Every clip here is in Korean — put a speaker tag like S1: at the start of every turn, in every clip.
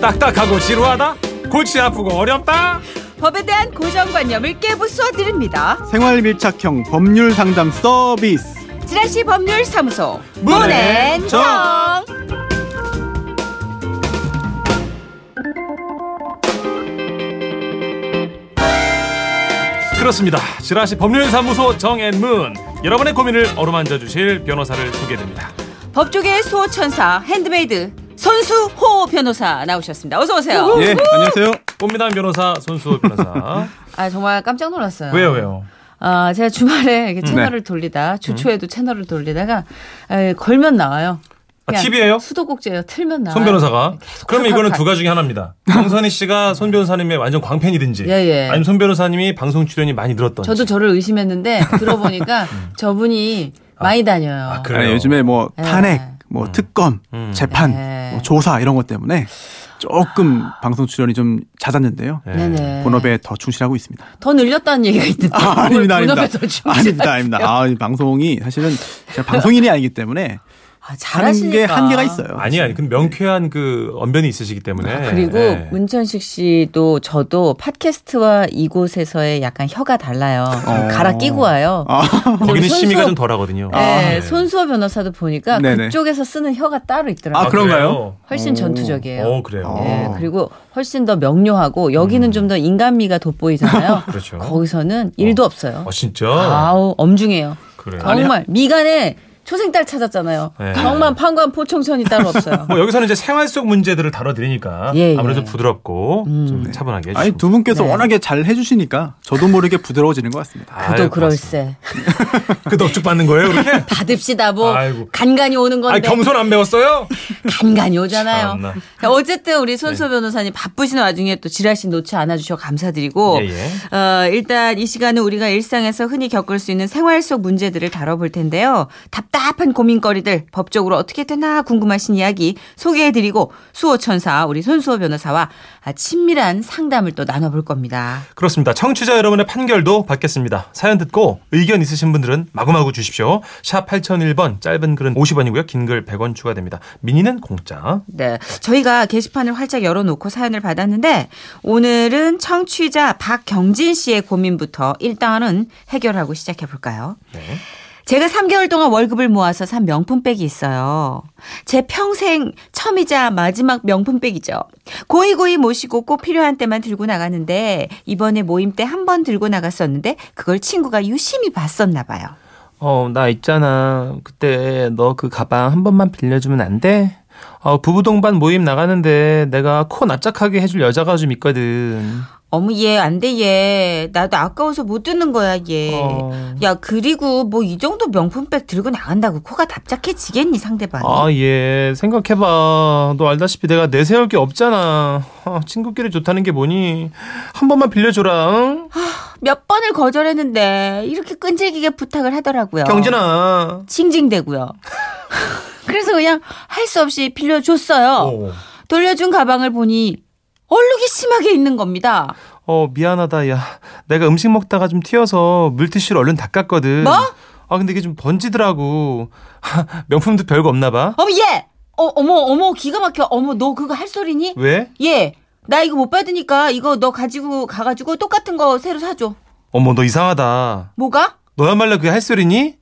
S1: 딱딱하고 지루하다? 골치 아프고 어렵다?
S2: 법에 대한 고정관념을 깨부숴 드립니다.
S3: 생활 밀착형 법률 상담 서비스.
S2: 지라시 법률사무소
S1: 문앤정.
S2: 문앤정
S1: 그렇습니다. 지라시 법률사무소 정앤문 여러분의 고민을 어루만져 주실 변호사를 소개드립니다.
S2: 법조계의 수호천사 핸드메이드 손수호 변호사 나오셨습니다. 어서 오세요.
S3: 예, 안녕하세요.
S1: 꽃미남 변호사 손수호 변호사.
S2: 아 정말 깜짝 놀랐어요.
S1: 왜요 왜요?
S2: 아 제가 주말에
S3: 음,
S2: 이렇게 채널을
S3: 네.
S2: 돌리다 주초에도 채널을 돌리다가 에, 걸면 나와요.
S1: 아,
S2: 그냥
S1: TV예요?
S2: 수도꼭지예요. 틀면 나와요.
S1: 손 변호사가.
S2: 계속
S1: 그러면 이거는
S2: 칼칼.
S1: 두 가지 중에 하나입니다. 강선희 씨가 손 변호사님의 완전 광팬이든지
S2: 예, 예.
S1: 아니면 손 변호사님이 방송 출연이 많이 늘었던.
S2: 저도 저를 의심했는데 들어보니까 저분이 많이 다녀요.
S1: 아, 그래요?
S3: 음. 아니, 요즘에 뭐
S2: 예.
S3: 탄핵, 뭐 특검,
S1: 음.
S3: 재판,
S2: 예.
S3: 뭐 조사 이런 것 때문에 조금 방송 출연이 좀 잦았는데요.
S1: 예.
S2: 네네.
S3: 본업에 더 충실하고 있습니다.
S2: 더 늘렸다는 얘기가 있는데.
S3: 아,
S2: 뭘
S3: 아닙니다, 아닙니다.
S2: 본업에 더 충실하세요?
S3: 아닙니다, 아닙니다. 아, 이 방송이 사실은 제가 방송인이 아니기 때문에
S2: 아,
S3: 하는
S2: 잘하시니까.
S3: 게 한계가 있어요.
S1: 아니 아니 그 명쾌한 그 언변이 있으시기 때문에.
S2: 아,
S4: 그리고
S1: 예.
S4: 문천식 씨도 저도 팟캐스트와 이곳에서의 약간 혀가 달라요.
S3: 어.
S4: 갈아 끼고 와요.
S1: 거기는
S4: 손수-
S1: 심의가 좀 덜하거든요. 아,
S4: 네, 손수호 변호사도 보니까
S3: 아, 네네.
S4: 그쪽에서 쓰는 혀가 따로 있더라고요.
S3: 아, 그런가요?
S1: 그래요?
S4: 훨씬
S3: 오.
S4: 전투적이에요.
S1: 어 그래요. 음.
S3: 어.
S4: 예, 그리고 훨씬 더 명료하고 여기는 좀 더 인간미가 돋보이잖아요.
S1: 그렇죠.
S4: 거기서는 일도
S2: 예.
S4: 없어요.
S1: 아 진짜.
S4: 아우 엄중해요.
S1: 그래요.
S4: 정말 미간에 초생딸 찾았잖아요.
S1: 예.
S4: 정말 판관 포청천이 따로 없어요.
S1: 뭐 여기서는 이제 생활 속 문제들을 다뤄드리니까
S4: 예, 예.
S1: 아무래도 부드럽고 좀 차분하게 해주시고.
S3: 아니 두 분께서
S4: 네.
S3: 워낙에 잘 해주시니까 저도 모르게 부드러워지는 것 같습니다.
S1: 아유,
S4: 그도
S1: 고맙습니다.
S4: 그럴세.
S1: 그 넙죽 받는 거예요, 그렇게?
S4: 받읍시다 뭐
S1: 아이고.
S4: 간간이 오는
S1: 아,
S4: 건데
S1: 겸손 안 배웠어요?
S4: 간간이 오잖아요.
S1: 참나. 네.
S2: 자, 어쨌든 우리 손수 변호사님 바쁘신 와중에 또 지라시 놓지 않아 주셔 감사드리고
S1: 예, 예.
S2: 어, 일단 이 시간은 우리가 일상에서 흔히 겪을 수 있는 생활 속 문제들을 다뤄볼 텐데요. 답답한 고민거리들 법적으로 어떻게 되나 궁금하신 이야기 소개해드리고 수호천사 우리 손수호 변호사와 아, 친밀한 상담을 또 나눠볼 겁니다.
S1: 그렇습니다. 청취자 여러분의 판결도 받겠습니다. 사연 듣고 의견 있으신 분들은 마구마구 주십시오. 샵 8001번, 짧은 글은 50원이고요. 긴 글 100원 추가됩니다. 미니는 공짜.
S2: 네. 저희가 게시판을 활짝 열어놓고 사연을 받았는데 오늘은 청취자 박경진 씨의 고민부터 일단은 해결하고 시작해볼까요?
S1: 네.
S2: 제가 3개월 동안 월급을 모아서 산 명품백이 있어요. 제 평생 처음이자 마지막 명품백이죠. 고이고이 모시고 꼭 필요한 때만 들고 나가는데 이번에 모임 때 한 번 들고 나갔었는데 그걸 친구가 유심히 봤었나 봐요.
S5: 어, 나 있잖아. 그때 너 그 가방 한 번만 빌려주면 안 돼? 어, 부부 동반 모임 나가는데 내가 코 납작하게 해줄 여자가 좀 있거든.
S2: 어머 얘 안 돼 얘. 나도 아까워서 못 듣는 거야 얘.
S5: 어.
S2: 야 그리고 뭐 이 정도 명품백 들고 나간다고 코가 답작해지겠니 상대방이.
S5: 아, 예. 생각해봐. 너 알다시피 내가 내세울 게 없잖아. 어, 친구끼리 좋다는 게 뭐니? 한 번만 빌려줘라, 응?
S2: 몇 번을 거절했는데 이렇게 끈질기게 부탁을 하더라고요.
S5: 경진아.
S2: 징징대고요. 그래서 그냥 할 수 없이 빌려줬어요.
S1: 오.
S2: 돌려준 가방을 보니 얼룩이 심하게 있는 겁니다.
S5: 어, 미안하다, 야. 내가 음식 먹다가 좀 튀어서 물티슈로 얼른 닦았거든.
S2: 뭐?
S5: 아, 근데 이게 좀 번지더라고. 명품도 별거 없나 봐.
S2: 어머 얘, 어, 어머 어머 기가 막혀. 어머 너 그거 할 소리니?
S5: 왜?
S2: 얘, 나 이거 못 받으니까 이거 너 가지고 가가지고 똑같은 거 새로 사줘.
S5: 어머, 너 이상하다.
S2: 뭐가?
S5: 너야말로 그게 할 소리니?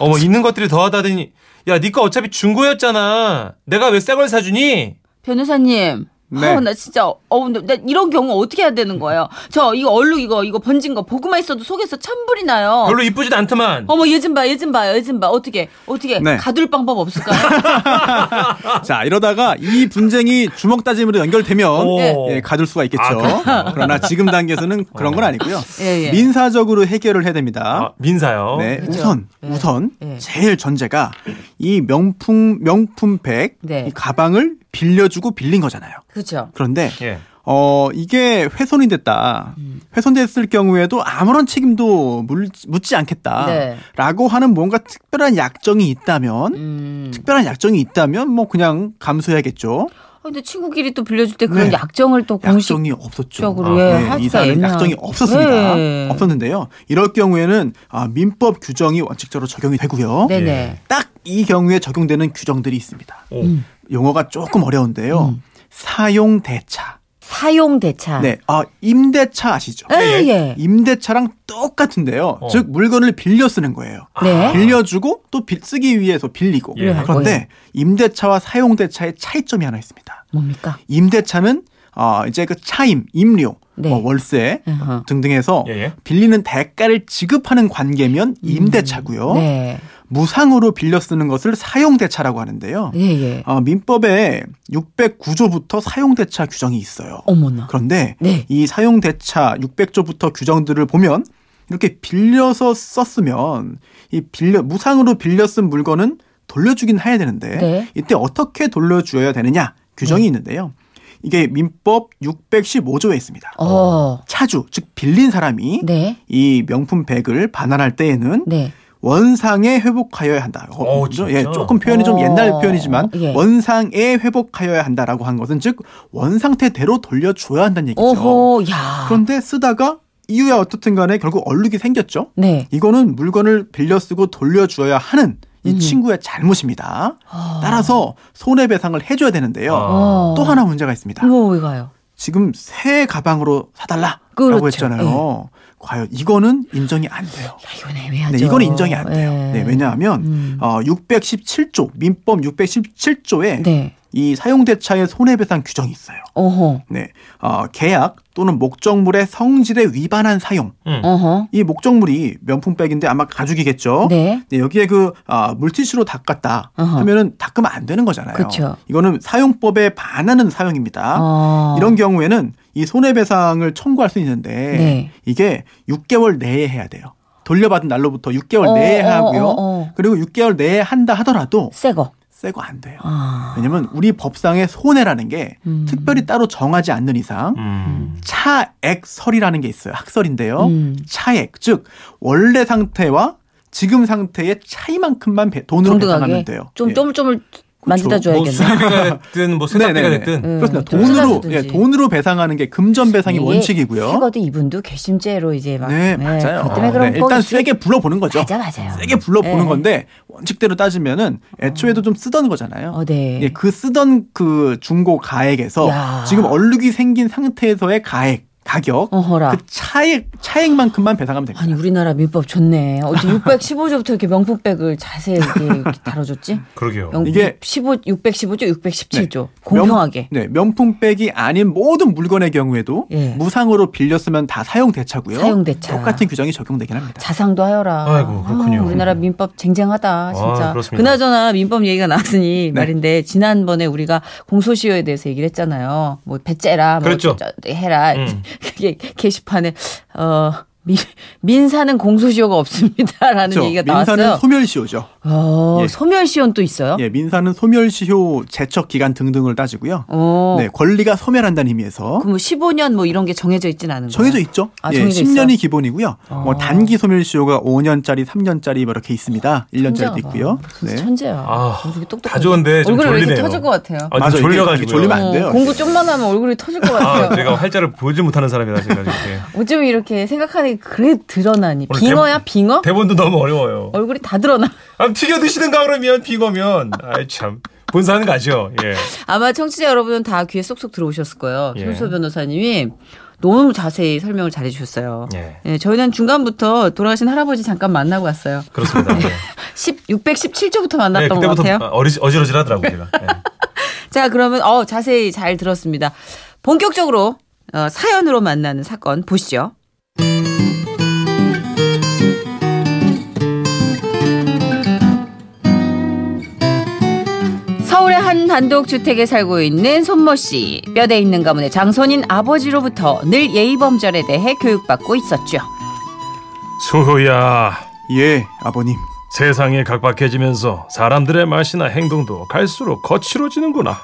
S5: 어머 있는 것들이 더하다더니 야 니꺼 어차피 중고였잖아 내가 왜 새 걸 사주니?
S2: 변호사님.
S3: 네.
S2: 어, 나 진짜 어우 나, 나 이런 경우 어떻게 해야 되는 거예요? 저 이거 얼룩 이거 이거 번진 거 보고만 있어도 속에서 천불이 나요.
S5: 별로 이쁘지도 않더만
S2: 어머 얘 좀 봐, 얘 좀 봐, 얘 좀 봐. 어떻게 어떻게
S3: 네.
S2: 가둘 방법 없을까요?
S3: 자 이러다가 이 분쟁이 주먹 다짐으로 연결되면
S1: 아.
S2: 어,
S1: 오.
S3: 예, 가둘 수가 있겠죠. 어, 그러나 지금 단계에서는 그런 건 아니고요.
S2: 예, 예.
S3: 민사적으로 해결을 해야
S1: 아,
S3: 됩니다.
S1: 민사요.
S3: 네,
S2: 그죠.
S3: 우선
S2: 예.
S3: 우선
S2: 예.
S3: 제일 전제가 이 명품 명품백
S2: 네.
S3: 이 가방을 빌려주고 빌린 거잖아요.
S2: 그렇죠.
S3: 그런데
S1: 예.
S3: 어 이게 훼손이 됐다.
S2: 음.
S3: 훼손됐을 경우에도 아무런 책임도 물- 묻지
S2: 네.
S3: 않겠다라고 하는 뭔가 특별한 약정이 있다면
S2: 음.
S3: 특별한 약정이 있다면 뭐 그냥 감수해야겠죠.
S2: 아, 근데 친구끼리 또 빌려줄 때 그런
S3: 네.
S2: 약정을 또 공식
S3: 약정이 없었죠. 아, 네,
S2: 적으로 예, 하기가
S3: 이 사안은
S2: 애매하-
S3: 약정이 없었습니다.
S2: 예.
S3: 없었는데요. 이럴 경우에는 아, 민법 규정이 원칙적으로 적용이 되고요.
S2: 네네.
S3: 예. 딱 이 경우에 적용되는 규정들이 있습니다.
S1: 오.
S2: 음.
S3: 용어가 조금 어려운데요. 사용 대차.
S2: 사용 대차.
S3: 네, 아 임대차 아시죠?
S2: 예, 예.
S3: 임대차랑 똑같은데요.
S1: 어.
S3: 즉 물건을 빌려 쓰는 거예요.
S2: 네.
S3: 아. 빌려주고 또 빌- 쓰기 위해서 빌리고.
S1: 예.
S3: 그런데 임대차와 사용대차의 차이점이 하나 있습니다.
S2: 뭡니까?
S3: 임대차는 어, 이제 그 차임, 임료,
S2: 네.
S3: 뭐 월세
S2: 어허.
S3: 등등에서
S1: 예, 예.
S3: 빌리는 대가를 지급하는 관계면 임대차고요.
S2: 음. 네.
S3: 무상으로 빌려 쓰는 것을 사용대차라고 하는데요.
S2: 예, 예.
S3: 어, 민법에 609조부터 사용대차 규정이 있어요.
S2: 어머나.
S3: 그런데
S2: 네.
S3: 이 사용 대차 600조부터 규정들을 보면 이렇게 빌려서 썼으면 이 빌려 무상으로 빌려 쓴 물건은 돌려주긴 해야 되는데
S2: 네.
S3: 이때 어떻게 돌려줘야 되느냐 규정이 있는데요. 이게 민법 615조에 있습니다.
S2: 어.
S3: 차주 즉 빌린 사람이
S2: 네.
S3: 이 명품 백을 반환할 때에는
S2: 네.
S3: 원상에 회복하여야 한다.
S1: 어,
S3: 그죠?
S1: 진짜?
S3: 예, 조금 표현이 좀
S2: 어,
S3: 옛날 표현이지만
S2: 예.
S3: 원상에 회복하여야 한다라고 한 것은 즉 원상태대로 돌려줘야 한다는 얘기죠.
S2: 오호. 야.
S3: 그런데 쓰다가 이유야 어떻든 간에 결국 얼룩이 생겼죠.
S2: 네.
S3: 이거는 물건을 빌려 쓰고 돌려줘야 하는 이
S2: 음.
S3: 친구의 잘못입니다.
S2: 어.
S3: 따라서 손해배상을 해줘야 되는데요.
S1: 아.
S2: 어.
S3: 또 하나 문제가 있습니다.
S2: 뭐, 왜 가요?
S3: 지금 새 가방으로 사달라라고
S2: 그렇죠. 예.
S3: 했잖아요. 과연 이거는 인정이 안 돼요.
S2: 야, 이건 애매하죠.
S3: 네, 이건 인정이 안 돼요.
S2: 예.
S3: 네, 왜냐하면
S2: 음.
S3: 어, 617조 민법 617조에
S2: 네.
S3: 이 사용대차의 손해배상 규정이 있어요.
S2: 어허.
S3: 네, 어, 계약 또는 목적물의 성질에 위반한 사용.
S2: 어허.
S3: 이 목적물이 명품백인데 아마 가죽이겠죠.
S2: 네.
S3: 네, 여기에 그 아, 물티슈로 닦았다
S2: 어허.
S3: 하면은 닦으면 안 되는 거잖아요.
S2: 그쵸.
S3: 이거는 사용법에 반하는 사용입니다.
S2: 어.
S3: 아? 이런 경우에는 이 손해배상을 청구할 수 있는데
S2: 네.
S3: 이게 6개월 내에 해야 돼요. 돌려받은 날로부터 6개월
S2: 어,
S3: 내에
S2: 어,
S3: 네 하고요.
S2: 어, 어.
S3: 그리고 6개월 내에 한다 하더라도
S2: 새 거.
S3: 새거 안 돼요.
S2: 아.
S3: 왜냐면 우리 법상의 손해라는 게
S2: 음.
S3: 특별히 따로 정하지 않는 이상
S1: 음.
S3: 차액설이라는 게 있어요. 학설인데요.
S2: 음.
S3: 차액 즉 원래 상태와 지금 상태의 차이만큼만 배- 돈으로
S2: 정등하게
S3: 배상하면 돼요.
S2: 좀
S3: 예.
S2: 쪼물쪼물 만지다
S1: 뭐
S2: 줘야겠네.
S1: 수리비가 됐든 뭐 세탁비가
S3: 네네네.
S1: 됐든
S2: 음,
S3: 그렇습니다.
S2: 좀
S3: 돈으로
S2: 쓰다듬든지.
S3: 예, 돈으로 배상하는 게 금전 배상이
S2: 이게
S3: 원칙이고요.
S2: 예. 새거도 이분도 괘씸죄로 이제 막. 예,
S3: 네, 맞아요.
S2: 그것 때문에
S3: 네,
S2: 그럼
S3: 일단 세게 불러보는 거죠.
S2: 맞아, 맞아요.
S3: 세게 불러보는
S2: 예.
S3: 건데 원칙대로 따지면은 애초에도 좀 쓰던 거잖아요.
S2: 어, 네.
S3: 예, 그 쓰던 그 중고 가액에서
S2: 야.
S3: 지금 얼룩이 생긴 상태에서의 가액, 가격,
S2: 어허라.
S3: 그 차액 차액만큼만 배상하면 됩니다.
S2: 아니 우리나라 민법 좋네. 어째 615조부터 이렇게 명품백을 자세히 이렇게 다뤄줬지?
S1: 그러게요.
S2: 명,
S3: 그렇죠. 이게-
S2: 15, 615조, 617조
S3: 명-
S2: 공평하게.
S3: 네, 명품백이 아닌 모든 물건의 경우에도
S2: 예.
S3: 무상으로 빌렸으면 다 사용 대차고요.
S2: 사용 대차.
S3: 똑같은 규정이 적용되긴 합니다.
S2: 자상도 하여라.
S1: 아이고, 그렇군요.
S2: 아, 우리나라 민법 쟁쟁하다 진짜.
S1: 아, 그렇습니다.
S2: 그나저나 민법 얘기가 나왔으니
S3: 네.
S2: 말인데 지난번에 우리가 공소시효에 대해서 얘기를 했잖아요. 뭐 배째라, 뭐
S3: 그렇죠.
S1: 그랬죠.
S2: 저- 해라.
S1: 음.
S2: 그게 게시판에 어. 민, 민사는 공소시효가 없습니다라는
S3: 그렇죠?
S2: 얘기가
S3: 민사는
S2: 나왔어요.
S3: 소멸시효죠.
S2: 어,
S3: 예.
S2: 소멸시효는 또 있어요?
S3: 예, 민사는 소멸시효, 제척 기간 등등을 따지고요.
S2: 어.
S3: 네, 권리가 소멸한다는 의미에서
S2: 그럼 15년 뭐 이런 게 정해져 있진 않은 거예요.
S3: 정해져 있죠.
S2: 아,
S3: 예,
S2: 정해져
S3: 10년이
S2: 있어요?
S3: 기본이고요. 뭐
S2: 어.
S3: 단기 소멸시효가 5년짜리, 3년짜리 뭐 이렇게 있습니다. 1년짜리도
S2: 천재하다.
S3: 있고요. 네.
S2: 진짜 천재야.
S1: 아,
S2: 어떻게 똑똑하냐.
S1: 다 좋은데 좀
S2: 얼굴이 왜 이렇게
S1: 졸리네요.
S2: 터질 것 같아요.
S1: 아,
S3: 맞아,
S1: 좀
S3: 이게
S1: 졸려가지고
S3: 졸리면 안
S2: 어,
S3: 돼요.
S2: 공부 좀만 하면 얼굴이 터질 것 같아요.
S1: 아, 제가 활자를 보지 못하는 사람이라 제가 이렇게
S2: 어쩜 이렇게 생각하는 게 그래 드러나니
S1: 오늘
S2: 빙어야
S1: 대본-
S2: 빙어?
S1: 대본도 너무 어려워요.
S2: 얼굴이 다 드러나.
S1: 아, 튀겨 드시든가 그러면 비거면 아이 참 본사는 가죠. 예.
S2: 아마 청취자 여러분은 다 귀에 쏙쏙 들어오셨을 거예요.
S1: 예.
S2: 손소 변호사님이 너무 자세히 설명을 잘해주셨어요.
S1: 예.
S2: 예, 저희는 중간부터 돌아가신 할아버지 잠깐 만나고 왔어요.
S1: 그렇습니다. 예.
S2: 10, 617조부터
S1: 네,
S2: 만났던 것
S1: 그때부터
S2: 같아요.
S1: 어리, 어지러지하더라고요. 제가. 예.
S2: 자, 그러면 어 자세히 잘 들었습니다. 본격적으로 어, 사연으로 만나는 사건 보시죠. 서울의 한 단독 주택에 살고 있는 손모 씨. 뼈대 있는 가문의 장손인 아버지로부터 늘 예의범절에 대해 교육받고 있었죠.
S1: 수호야
S3: 예, 아버님.
S1: 세상이 각박해지면서 사람들의 말이나 행동도 갈수록 거칠어지는구나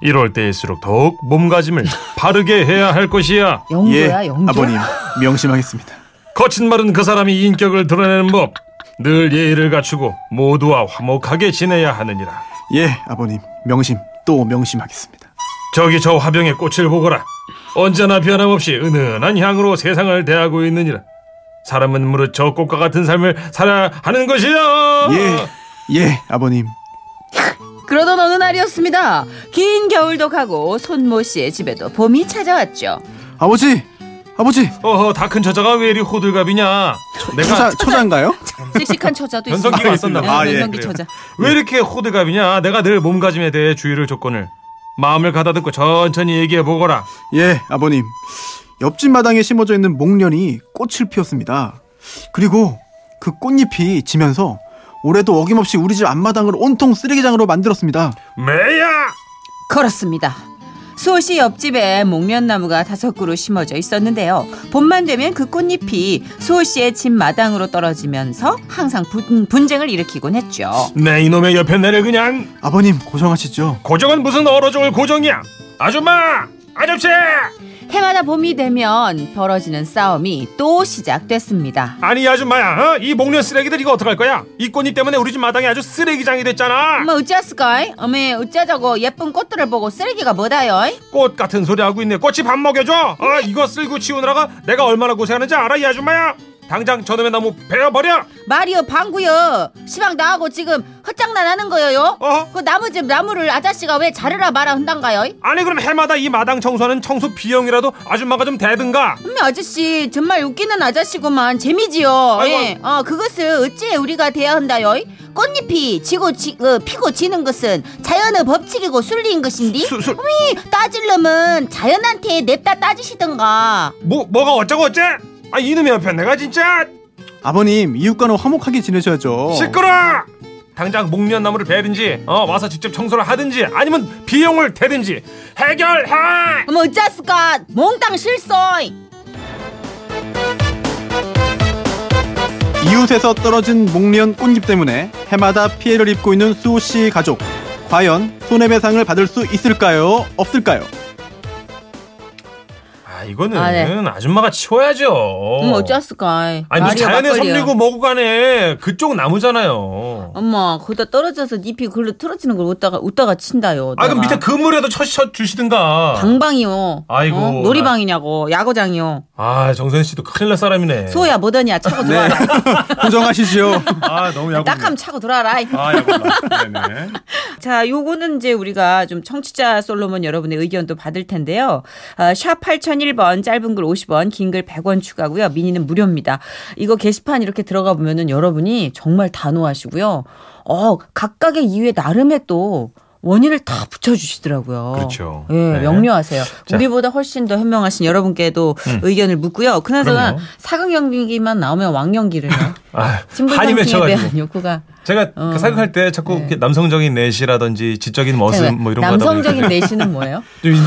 S1: 이럴 때일수록 더욱 몸가짐을 바르게 해야 할 것이야
S2: 영조야,
S3: 예,
S2: 영조.
S3: 아버님. 명심하겠습니다.
S1: 거친 말은 그 사람이 인격을 드러내는 법 늘 예의를 갖추고 모두와 화목하게 지내야 하느니라
S3: 예, 아버님. 명심. 또 명심하겠습니다.
S1: 저기 저 화병의 꽃을 보거라 언제나 변함없이 은은한 향으로 세상을 대하고 있느니라 사람은 무릇 저 꽃과 같은 삶을 살아야 하는 것이야
S3: 예, 예, 아버님.
S2: 그러던 어느 날이었습니다. 긴 겨울도 가고 손모 씨의 집에도 봄이 찾아왔죠.
S3: 아버지, 아버지,
S1: 어허 다 큰 저자가 왜 이리 호들갑이냐? 내가
S3: 처자, 처자인가요?
S2: 씩씩한 처자도
S1: 변성기가
S2: 있습니다.
S1: 있었나
S2: 네,
S1: 봐. 아, 예,
S2: 변성기
S1: 그래요.
S2: 처자.
S1: 왜 이렇게 호들갑이냐? 내가 늘 몸가짐에 대해 주의를 조건을 마음을 가다듬고 천천히 얘기해 보거라.
S3: 예, 아버님. 옆집 마당에 심어져 있는 목련이 꽃을 피웠습니다. 그리고 그 꽃잎이 지면서 올해도 어김없이 우리 집 앞마당을 온통 쓰레기장으로 만들었습니다.
S1: 매야!
S2: 그렇습니다. 수호씨 옆집에 목련나무가 다섯 그루 심어져 있었는데요. 봄만 되면 그 꽃잎이 수호씨의 집 마당으로 떨어지면서 항상 분, 분쟁을 일으키곤 했죠.
S1: 내 이놈의 옆에 내려 그냥
S3: 아버님 고정하시죠.
S1: 고정은 무슨 얼어 죽을 고정이야? 아줌마! 아저씨!
S2: 해마다 봄이 되면 벌어지는 싸움이 또 시작됐습니다.
S1: 아니 이 아줌마야 어? 이 목련 쓰레기들 이거 어떡할 거야? 이 꽃잎 때문에 우리 집 마당이 아주 쓰레기장이 됐잖아
S2: 엄마 어찌했을까이? 어머 어찌하자고 예쁜 꽃들을 보고 쓰레기가 뭐다요?
S1: 꽃 같은 소리 하고 있네 꽃이 밥 먹여줘 어, 이거 쓸고 치우느라가 내가 얼마나 고생하는지 알아 이 아줌마야 당장 저놈의 나무 베어버려
S2: 말이여 방구여 시방 나하고 지금 헛장난 하는 거여요?
S1: 어?
S2: 그 나무집 나무를 아저씨가 왜 자르라 말아 한단가요?
S1: 아니 그럼 해마다 이 마당 청소하는 청소 비용이라도 아줌마가 좀 대든가
S2: 엄마 아저씨 정말 웃기는 아저씨구만 재미지요.
S1: 아이고.
S2: 예. 어, 그것을 어찌 우리가 대야 한다요? 꽃잎이 지고 지, 어, 피고 지는 것은 자연의 법칙이고 순리인 것인디.
S1: 술, 술,
S2: 따질려면 자연한테 냅다 따지시던가.
S1: 뭐, 뭐가 어쩌고 어째? 아 이놈의 옆에 내가 진짜
S3: 아버님 이웃과는 화목하게 지내셔야죠.
S1: 시끄러! 당장 목련 나무를 베든지 어, 와서 직접 청소를 하든지 아니면 비용을 대든지 해결해!
S2: 어머 어쩌스까 몽땅 실소이.
S3: 이웃에서 떨어진 목련 꽃잎 때문에 해마다 피해를 입고 있는 수호 씨 가족. 과연 손해배상을 받을 수 있을까요? 없을까요?
S1: 아 이거는
S2: 아,
S1: 아,
S2: 네. 음,
S1: 줌마가 치워야죠.
S2: 어머 어쩌스까.
S1: 아니 무슨 자연의 섭리고 뭐고 간에 그쪽 나무잖아요.
S2: 엄마 거기다 떨어져서 잎이 글로 틀어지는 걸 웃다가 웃다가 친다요.
S1: 아 그럼
S2: 내가.
S1: 밑에 그물에도 쳐쳐 주시든가.
S2: 방방이요.
S1: 아이고,
S2: 어? 놀이방이냐고 야구장이요.
S1: 아 정선 씨도 큰일 날 사람이네.
S2: 소야 뭐더냐 차고
S3: 네,
S2: 들어와라.
S3: 고정하시죠.
S1: 아 너무 야구.
S2: 딱하면 차고 들어와라. 이.
S1: 아 야구. 네네.
S2: 자, 요거는 이제 우리가 좀 청취자 솔로몬 여러분의 의견도 받을 텐데요. 아, 샵 8001번 짧은 글 50원, 긴 글 100원 추가고요. 미니는 무료입니다. 이거 게시판 이렇게 들어가 보면은 여러분이 정말 단호하시고요. 어, 각각의 이유에 나름의 또 원인을 다 붙여주시더라고요.
S1: 그렇죠.
S2: 예,
S1: 네.
S2: 명료하세요.
S1: 자. 음.
S2: 우리보다 훨씬 더 현명하신 여러분께도 의견을 묻고요. 그나저나
S1: 그럼요.
S2: 사극연기만 나오면 왕연기를 해요.
S1: 아, 한이
S2: 신분상승에
S1: 맺혀가지고.
S2: 대한 욕구가
S1: 제가
S2: 어. 네,
S1: 그 생각할 때 자꾸 이렇게 남성적인 내시라든지 지적인 머슴 뭐 이런 거 하다 보니까
S2: 남성적인 내시는 뭐예요?
S1: 좀 인-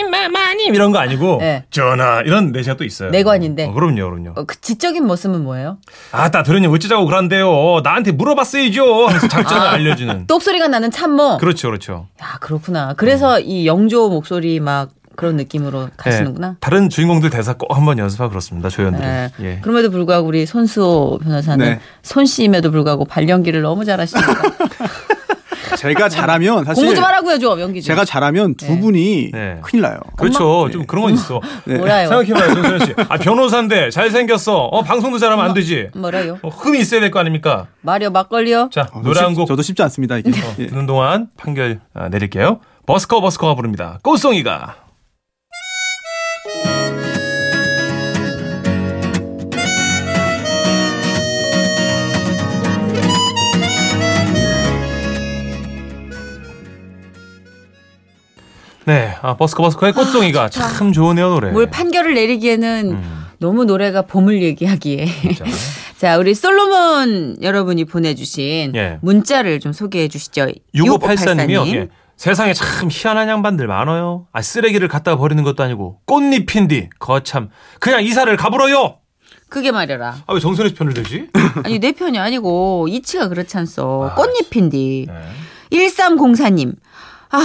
S1: 인마마님 이런 거 아니고
S2: 네.
S1: 전하 이런 내시가 또 있어요.
S2: 내관인데.
S1: 어, 그럼요, 그럼요.
S2: 어, 그 지적인 모습은 뭐예요?
S1: 아따 도련님 어찌자고 그런데요. 나한테 물어봤어야죠. 하면서 장점을
S2: 아.
S1: 알려주는.
S2: 똑소리가 나는 참모.
S1: 그렇죠, 그렇죠.
S2: 야 그렇구나. 그래서 이 영조 목소리 막 그런 느낌으로 가시는구나.
S1: 예, 다른 주인공들 대사 꼭 한번 연습하고 그렇습니다. 조연들.
S2: 네.
S1: 예.
S2: 그럼에도 불구하고 우리 손수호 변호사는
S3: 네.
S2: 손 씨임에도 불구하고 발연기를 너무 잘하시니까
S3: 제가 잘하면
S2: 공부
S3: 사실
S2: 좀 하라고요 좀 연기 좀.
S3: 제가 잘하면 두
S2: 네.
S3: 분이
S1: 네.
S3: 큰일 나요.
S1: 그렇죠. 좀 그런 건 있어.
S2: 음.
S1: 네.
S2: 뭐라요?
S1: 생각해봐요, 정선 씨. 아 변호사인데 잘 생겼어. 어 방송도 잘하면 안 되지.
S2: 뭐라요?
S1: 어, 흠이 있어야 될 거 아닙니까?
S2: 마리오 막걸리요?
S1: 자
S3: 어,
S1: 그 노래
S3: 쉽-
S1: 한곡
S3: 저도 쉽지 않습니다 이게. 예.
S1: 어, 듣는 동안 판결 아, 내릴게요. 버스커 버스커가 부릅니다. 꽃송이가. 네, 아, 버스커 버스커의 꽃송이가 참 좋으네요 노래.
S2: 뭘 판결을 내리기에는
S1: 음,
S2: 너무 노래가 봄을 얘기하기에.
S1: 진짜.
S2: 자, 우리 솔로몬 여러분이 보내주신
S1: 예.
S2: 문자를 좀 소개해 주시죠.
S1: 6584님이요.
S2: 6584 님.
S1: 예. 세상에 참 희한한 양반들 많아요. 아, 쓰레기를 갖다 버리는 것도 아니고 꽃잎인디 거참 그냥 이사를 가불어요.
S2: 그게 말이라.
S1: 아 왜 정선의 편을 들지?
S6: 네.
S2: 아니 내 편이 아니고 이치가 그렇잖소
S1: 아,
S2: 꽃잎인디 1304님 아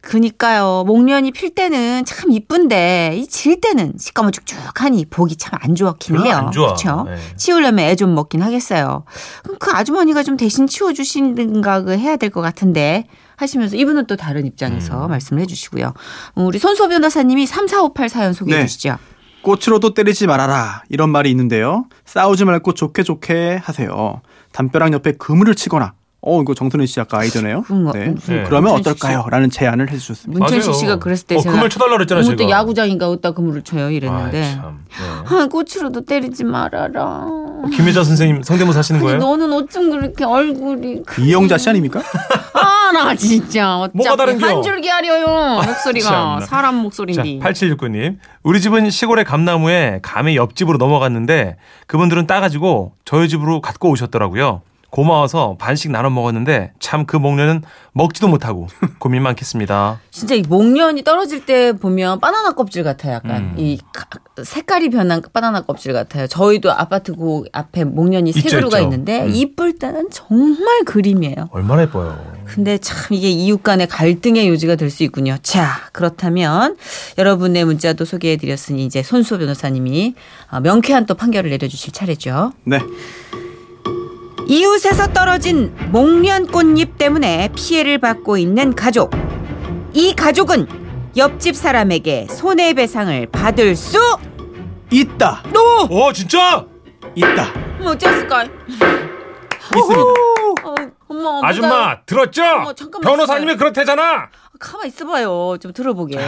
S2: 그니까요 목련이 필 때는 참 이쁜데 이 질 때는 시꺼머죽죽하니 보기 참 안 좋긴
S1: 별로
S2: 해요
S1: 안 좋아.
S2: 그렇죠
S1: 네.
S2: 치우려면 애 좀 먹긴 하겠어요 그럼 그 아주머니가 좀 대신 치워주신가 그 해야 될 것 같은데 하시면서 이분은 또 다른 입장에서
S1: 음.
S2: 말씀을 해주시고요 음, 우리 손수호 변호사님이 3458 사연 소개해
S3: 네.
S2: 주시죠
S3: 꽃으로도 때리지 말아라 이런 말이 있는데요. 싸우지 말고 좋게 좋게 하세요. 담벼락 옆에 그물을 치거나 어 이거 정선혜 씨 아까 아이디어네요.
S6: 그런 거-
S3: 네.
S1: 네.
S3: 그러면
S6: 문천식
S3: 어떨까요? 라는 제안을 해주셨습니다.
S6: 문천식
S1: 맞아요.
S6: 씨가 그랬을 때
S1: 어,
S6: 제가
S1: 금을 쳐달라 그랬잖아요,
S6: 뭐, 또
S1: 제가.
S6: 야구장인가 어디다 금을 쳐요 이랬는데
S1: 아이, 참. 네.
S6: 아, 꽃으로도 때리지 말아라.
S1: 김혜자 선생님 성대모사 하시는
S6: 근데
S1: 거예요?
S6: 너는 어쩜 그렇게 얼굴이
S3: 이영자 씨 아닙니까?
S6: 아, 나 진짜
S1: 뭐가
S6: 어차피
S1: 다른겨?
S6: 한 줄기 하려요 목소리가
S1: 참나.
S6: 사람
S1: 자,
S6: 목소리인데.
S1: 8769님. 우리 집은 시골의 감나무에 감이 옆집으로 넘어갔는데 그분들은 따가지고 저희 집으로 갖고 오셨더라고요. 고마워서 반씩 나눠 먹었는데 참 그 목련은 먹지도 못하고 고민 많겠습니다.
S2: 진짜 이 목련이 떨어질 때 보면 바나나 껍질 같아요.
S1: 음.
S2: 약간 이 가- 색깔이 변한 바나나 껍질 같아요. 저희도 아파트 고 앞에 목련이 세
S1: 있죠,
S2: 그루가
S1: 있죠.
S2: 있는데
S1: 음.
S2: 이쁠 때는 정말 그림이에요.
S1: 얼마나 예뻐요.
S2: 근데 참 이게 이웃 간의 갈등의 요지가 될 수 있군요. 자, 그렇다면 여러분의 문자도 소개해 드렸으니 이제 손수호 변호사님이 아, 명쾌한 또 판결을 내려 주실 차례죠.
S3: 네.
S2: 이웃에서 떨어진 목련 꽃잎 때문에 피해를 받고 있는 가족. 이 가족은 옆집 사람에게 손해배상을 받을 수
S3: 있다.
S2: 노!
S1: 오 진짜?
S3: 있다.
S2: 어쩌을까?
S3: 있습니다.
S2: 어, 엄마, 엄마.
S1: 아줌마 들었죠?
S2: 어머, 잠깐만
S1: 변호사님이
S2: 있어요.
S1: 그렇대잖아.
S2: 가만 있어봐요. 좀 들어보게.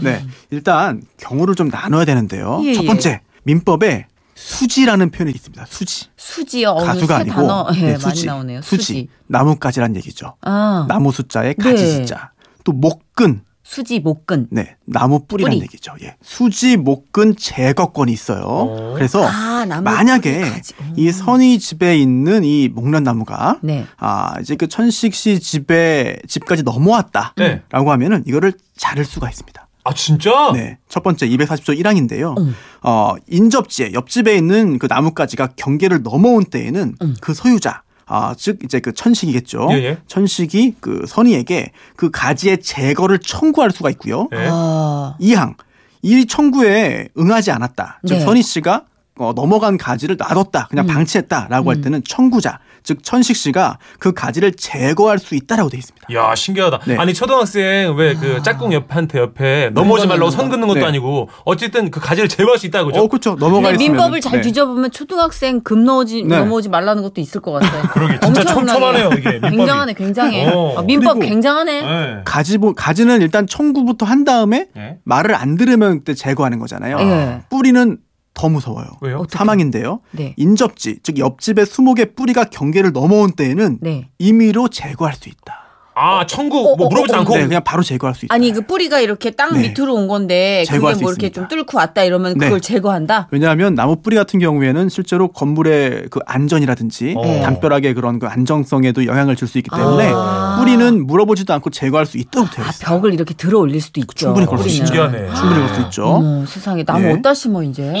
S3: 네. 일단 경우를 좀 나눠야 되는데요.
S2: 예,
S3: 첫
S2: 예.
S3: 번째 민법에 수지라는 표현이 있습니다. 수지.
S2: 수지요. 어,
S3: 가수가
S2: 새
S3: 아니고
S2: 단어 예,
S3: 네,
S2: 많이 나오네요.
S3: 수지.
S2: 수지.
S3: 나뭇가지란 얘기죠.
S2: 아,
S3: 나무 숫자에 가지
S2: 네.
S3: 숫자. 또 목근.
S2: 수지 목근.
S3: 네. 나무 뿌리란
S2: 뿌리.
S3: 얘기죠. 예. 수지 목근 제거권이 있어요. 그래서
S2: 아, 나무
S3: 만약에
S2: 뿌리까지. 음.
S3: 이 선희 집에 있는 이 목련나무가
S2: 네.
S3: 아, 이제 그 천식 씨 집에 집까지 넘어왔다.
S1: 네.
S3: 라고 하면은 이거를 자를 수가 있습니다.
S1: 아 진짜?
S3: 네. 첫 번째 240조 1항인데요.
S2: 음.
S3: 어, 인접지에 옆집에 있는 그 나뭇가지가 경계를 넘어온 때에는
S2: 음.
S3: 그 소유자 아, 즉 이제 그 천식이겠죠.
S1: 예, 예.
S3: 천식이 그 선의에게 그 가지의 제거를 청구할 수가 있고요.
S1: 네.
S2: 아,
S3: 이항이 청구에 응하지 않았다. 즉
S2: 네. 음.
S3: 선희 씨가 어, 넘어간 가지를 놔뒀다. 그냥 방치했다라고 할 때는 청구자, 즉 천식 씨가 그 가지를 제거할 수 있다라고 돼 있습니다.
S1: 야 신기하다.
S3: 네.
S1: 아니 초등학생 왜 그 짝꿍 옆한테 옆에 넘어오지 말라고 선 긋는 것도
S3: 네.
S1: 아니고 어쨌든 그 가지를 제거할 수 있다 그죠?
S3: 어, 그렇죠. 넘어가
S2: 근데
S3: 있으면
S2: 민법을 잘
S3: 네.
S2: 뒤져보면 초등학생 금 넣어지
S3: 네.
S2: 넘어오지 말라는 것도 있을 것 같아요.
S1: 그러게, 진짜
S2: 엄청나게.
S1: 촘촘하네요, 이게, 민법이.
S2: 굉장하네, 굉장해.
S1: 어.
S2: 아, 민법
S3: 그리고-
S2: 굉장하네.
S1: 네.
S3: 가지 보- 가지는 일단 청구부터 한 다음에
S1: 예.
S3: 말을 안 들으면 그때 제거하는 거잖아요.
S2: 예.
S3: 뿌리는 더 무서워요.
S1: 왜요?
S2: 어떻게?
S3: 사망인데요.
S2: 네.
S3: 인접지, 즉 옆집의 수목의 뿌리가 경계를 넘어온 때에는
S2: 네.
S3: 임의로 제거할 수 있다.
S1: 아 청구 뭐
S2: 어,
S1: 물어보지
S2: 어,
S1: 않고
S3: 네, 그냥 바로 제거할 수 있다.
S2: 아니 그 뿌리가 이렇게 땅
S3: 네.
S2: 밑으로 온 건데 그게 뭐
S3: 제거할 수
S2: 이렇게
S3: 있습니다.
S2: 좀 뚫고 왔다 이러면
S3: 네.
S2: 그걸 제거한다.
S3: 왜냐하면 나무 뿌리 같은 경우에는 실제로 건물의 그 안전이라든지
S1: 어.
S3: 담벼락의 그런 그 안정성에도 영향을 줄 수 있기 때문에
S2: 아.
S3: 뿌리는 물어보지도 않고 제거할 수 있다고 되어
S2: 아
S3: 있어요.
S2: 벽을 이렇게 들어 올릴 수도 있죠.
S3: 충분히 그럴 수
S2: 뿌리는.
S3: 있죠.
S1: 신기하네.
S3: 충분히 그럴 수 있죠.
S2: 어머 세상에 나무
S3: 예.
S2: 어디다 심어 이제?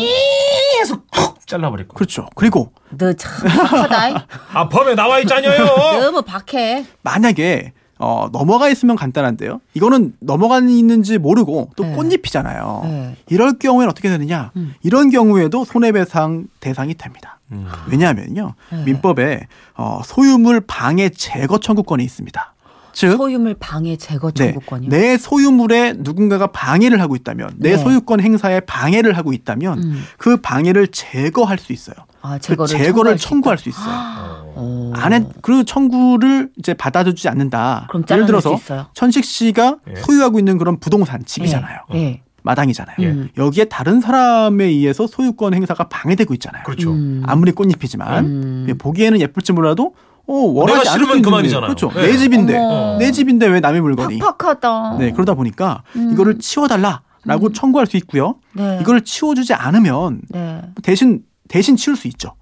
S1: 잘라버릴 거.
S3: 그렇죠. 그리고
S2: 너참 박하다.
S1: 아 법에 나와 있잖아요.
S2: 너무 박해.
S3: 만약에 어, 넘어가 있으면 간단한데요. 이거는 넘어가 있는지 모르고 또
S2: 네.
S3: 꽃잎이잖아요.
S2: 네. 음.
S3: 이럴 경우에는 어떻게 되느냐? 이런 경우에도 손해배상 대상이 됩니다.
S1: 음.
S3: 왜냐하면요
S2: 네.
S3: 민법에 어, 소유물 방해 제거 청구권이 있습니다. 즉
S2: 소유물 방해 제거
S3: 네,
S2: 청구권이요.
S3: 내 소유물에 누군가가 방해를 하고 있다면 내
S2: 네.
S3: 소유권 행사에 방해를 하고 있다면
S2: 음.
S3: 그 방해를 제거할 수 있어요.
S2: 아
S3: 그
S2: 제거를
S3: 제거를
S2: 청구할
S3: 청구할 수 있어요.
S2: 오.
S3: 안에 그 청구를 이제 받아주지 않는다.
S2: 그럼 잘라낼
S3: 예를 들어서
S2: 수 있어요.
S3: 천식 씨가
S1: 예.
S3: 소유하고 있는 그런 부동산 집이잖아요. 어,
S2: 예. 예.
S3: 마당이잖아요.
S1: 예.
S3: 여기에 다른 사람에 의해서 소유권 행사가 방해되고 있잖아요.
S1: 그렇죠.
S2: 음.
S3: 아무리 꽃잎이지만
S2: 음.
S3: 예, 보기에는 예쁠지 몰라도 어,
S1: 내가
S3: 원하지 않을 수
S1: 싫으면
S3: 있는
S1: 그만이잖아요.
S3: 거예요. 그렇죠.
S1: 예.
S3: 내 집인데
S2: 어머.
S3: 내 집인데 왜 남의 물건이?
S2: 팍팍하다. 음.
S3: 네, 그러다 보니까 이거를 치워달라라고 청구할 수 있고요.
S2: 네.
S3: 이걸 치워주지 않으면
S2: 네.
S3: 대신 대신 치울 수 있죠.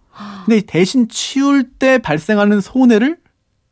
S3: 근데 이 대신 치울 때 발생하는 손해를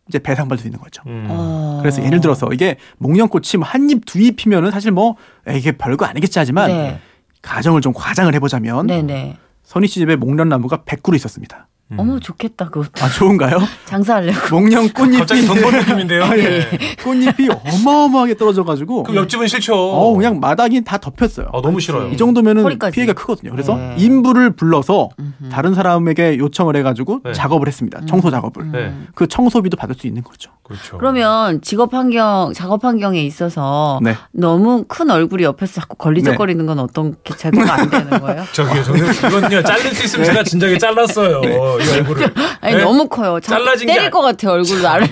S3: 이제 배상받을 수 있는 거죠.
S1: 음.
S2: 어.
S3: 그래서 예를 들어서 이게 목련꽃이 뭐 한잎두 잎 피면은 사실 뭐 에이, 이게 별거 아니겠지 하지만
S2: 네.
S3: 가정을 좀 과장을 해보자면
S2: 네네.
S3: 선희 씨 집에 목련나무가 100그루 있었습니다.
S1: 음.
S2: 어머 좋겠다 그것도
S3: 아 좋은가요?
S2: 장사하려고.
S3: 목련 꽃잎이 아,
S1: 갑자기 돈 버는 느낌인데요. 예.
S2: 네.
S3: 꽃잎이 어마어마하게 떨어져가지고
S1: 그럼 옆집은 싫죠.
S3: 어 그냥 마당이 다 덮였어요.
S1: 아 너무 싫어요.
S3: 이 정도면은
S2: 허리까지.
S3: 피해가 크거든요. 그래서
S2: 네.
S3: 인부를 불러서 다른 사람에게 요청을 해가지고
S1: 네.
S3: 작업을 했습니다.
S2: 음.
S3: 청소 작업을.
S1: 네.
S3: 그 청소비도 받을 수 있는 거죠.
S1: 그렇죠.
S2: 그러면 직업 환경, 작업 환경에 있어서
S3: 네.
S2: 너무 큰 얼굴이 옆에서 자꾸 걸리적거리는 건 어떤 기차도가 안 되는 거예요?
S1: 저기요, 저는 이건요, 자를 수 있으면 제가 진작에 잘랐어요. 이거 얼굴을.
S2: 아니
S1: 네?
S2: 너무 커요. 자-
S1: 잘라진 게
S2: 때릴
S1: 아니-
S2: 것 같아 얼굴 나를.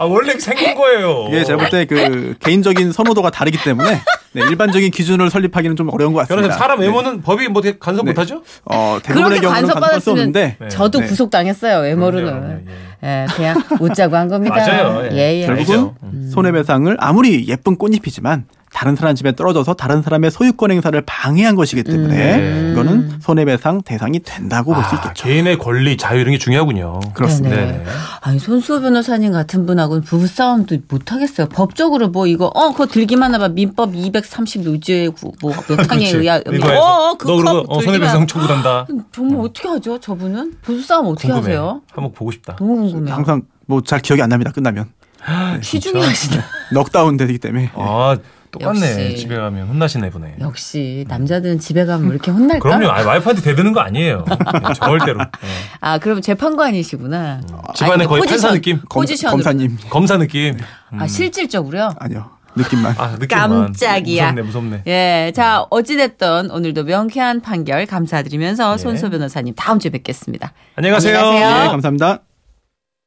S1: 아 원래 생긴 거예요.
S3: 이게 제가 볼 때 그 개인적인 선호도가 다르기 때문에 네, 일반적인 기준을 설립하기는 좀 어려운 것
S1: 변호사님
S3: 같습니다.
S1: 사람 외모는 법이 뭐 어떻게 간섭
S3: 네.
S1: 못하죠?
S3: 어, 대부분의
S2: 그렇게
S3: 경우는 간섭할 수
S2: 간섭받았으면
S3: 없는데
S1: 네.
S2: 저도
S3: 네.
S2: 구속당했어요
S1: 그럼요,
S2: 외모로는.
S1: 예,
S2: 예, 그냥 웃자고 한 겁니다.
S1: 맞아요, 예.
S2: 예, 예.
S1: 결국-
S3: 결국은
S1: 알죠.
S3: 손해배상을 아무리 예쁜 꽃잎이지만 다른 사람 집에 떨어져서 다른 사람의 소유권 행사를 방해한 것이기 때문에
S2: 네.
S1: 음.
S3: 이거는 손해배상 대상이 된다고 뭐 볼 수
S1: 아,
S3: 있겠죠.
S1: 개인의 권리 자유 이런 게 중요하군요.
S3: 그렇습니다.
S2: 네네.
S1: 네네.
S2: 아니 손수호 변호사님 같은 분하고는 부부싸움도 못 하겠어요. 법적으로 뭐 이거 어 그거 들기만 해봐 민법 236조에 뭐몇 항에 의하
S1: 이거에서
S2: 어, 어,
S1: 너
S2: 그거
S1: 그리고 어,
S2: 들기만
S1: 손해배상 청구한다.
S2: 정말 어떻게 하죠 저분은 부부싸움 어떻게
S1: 궁금해.
S2: 하세요? 네.
S1: 한번 보고 싶다.
S2: 너무 궁금해요.
S3: 항상 뭐 잘 기억이 안 납니다. 끝나면
S2: 시중이 하시다.
S3: 넉다운 되기 때문에
S1: 아 똑같네.
S2: 역시.
S1: 집에 가면 혼나시네 보네.
S2: 역시 남자들은 집에 가면 왜 이렇게 혼날까?
S1: 그럼요. 아, 와이프한테 대드는 거 아니에요. 네, 절대로. 네.
S2: 아 그럼 재판관이시구나.
S1: 집안에 거의 판사 느낌,
S3: 검,
S2: 포지션
S3: 검사님
S1: 검사 느낌.
S2: 아 실질적으로요.
S3: 아니요 느낌만
S1: 아 느낌만.
S2: 깜짝이야.
S1: 무섭네, 무섭네.
S2: 예, 자 어찌됐든 오늘도 명쾌한 판결 감사드리면서
S1: 예.
S2: 손소 변호사님 다음 주에 뵙겠습니다.
S1: 안녕하세요.
S2: 안녕하세요.
S3: 예 감사합니다.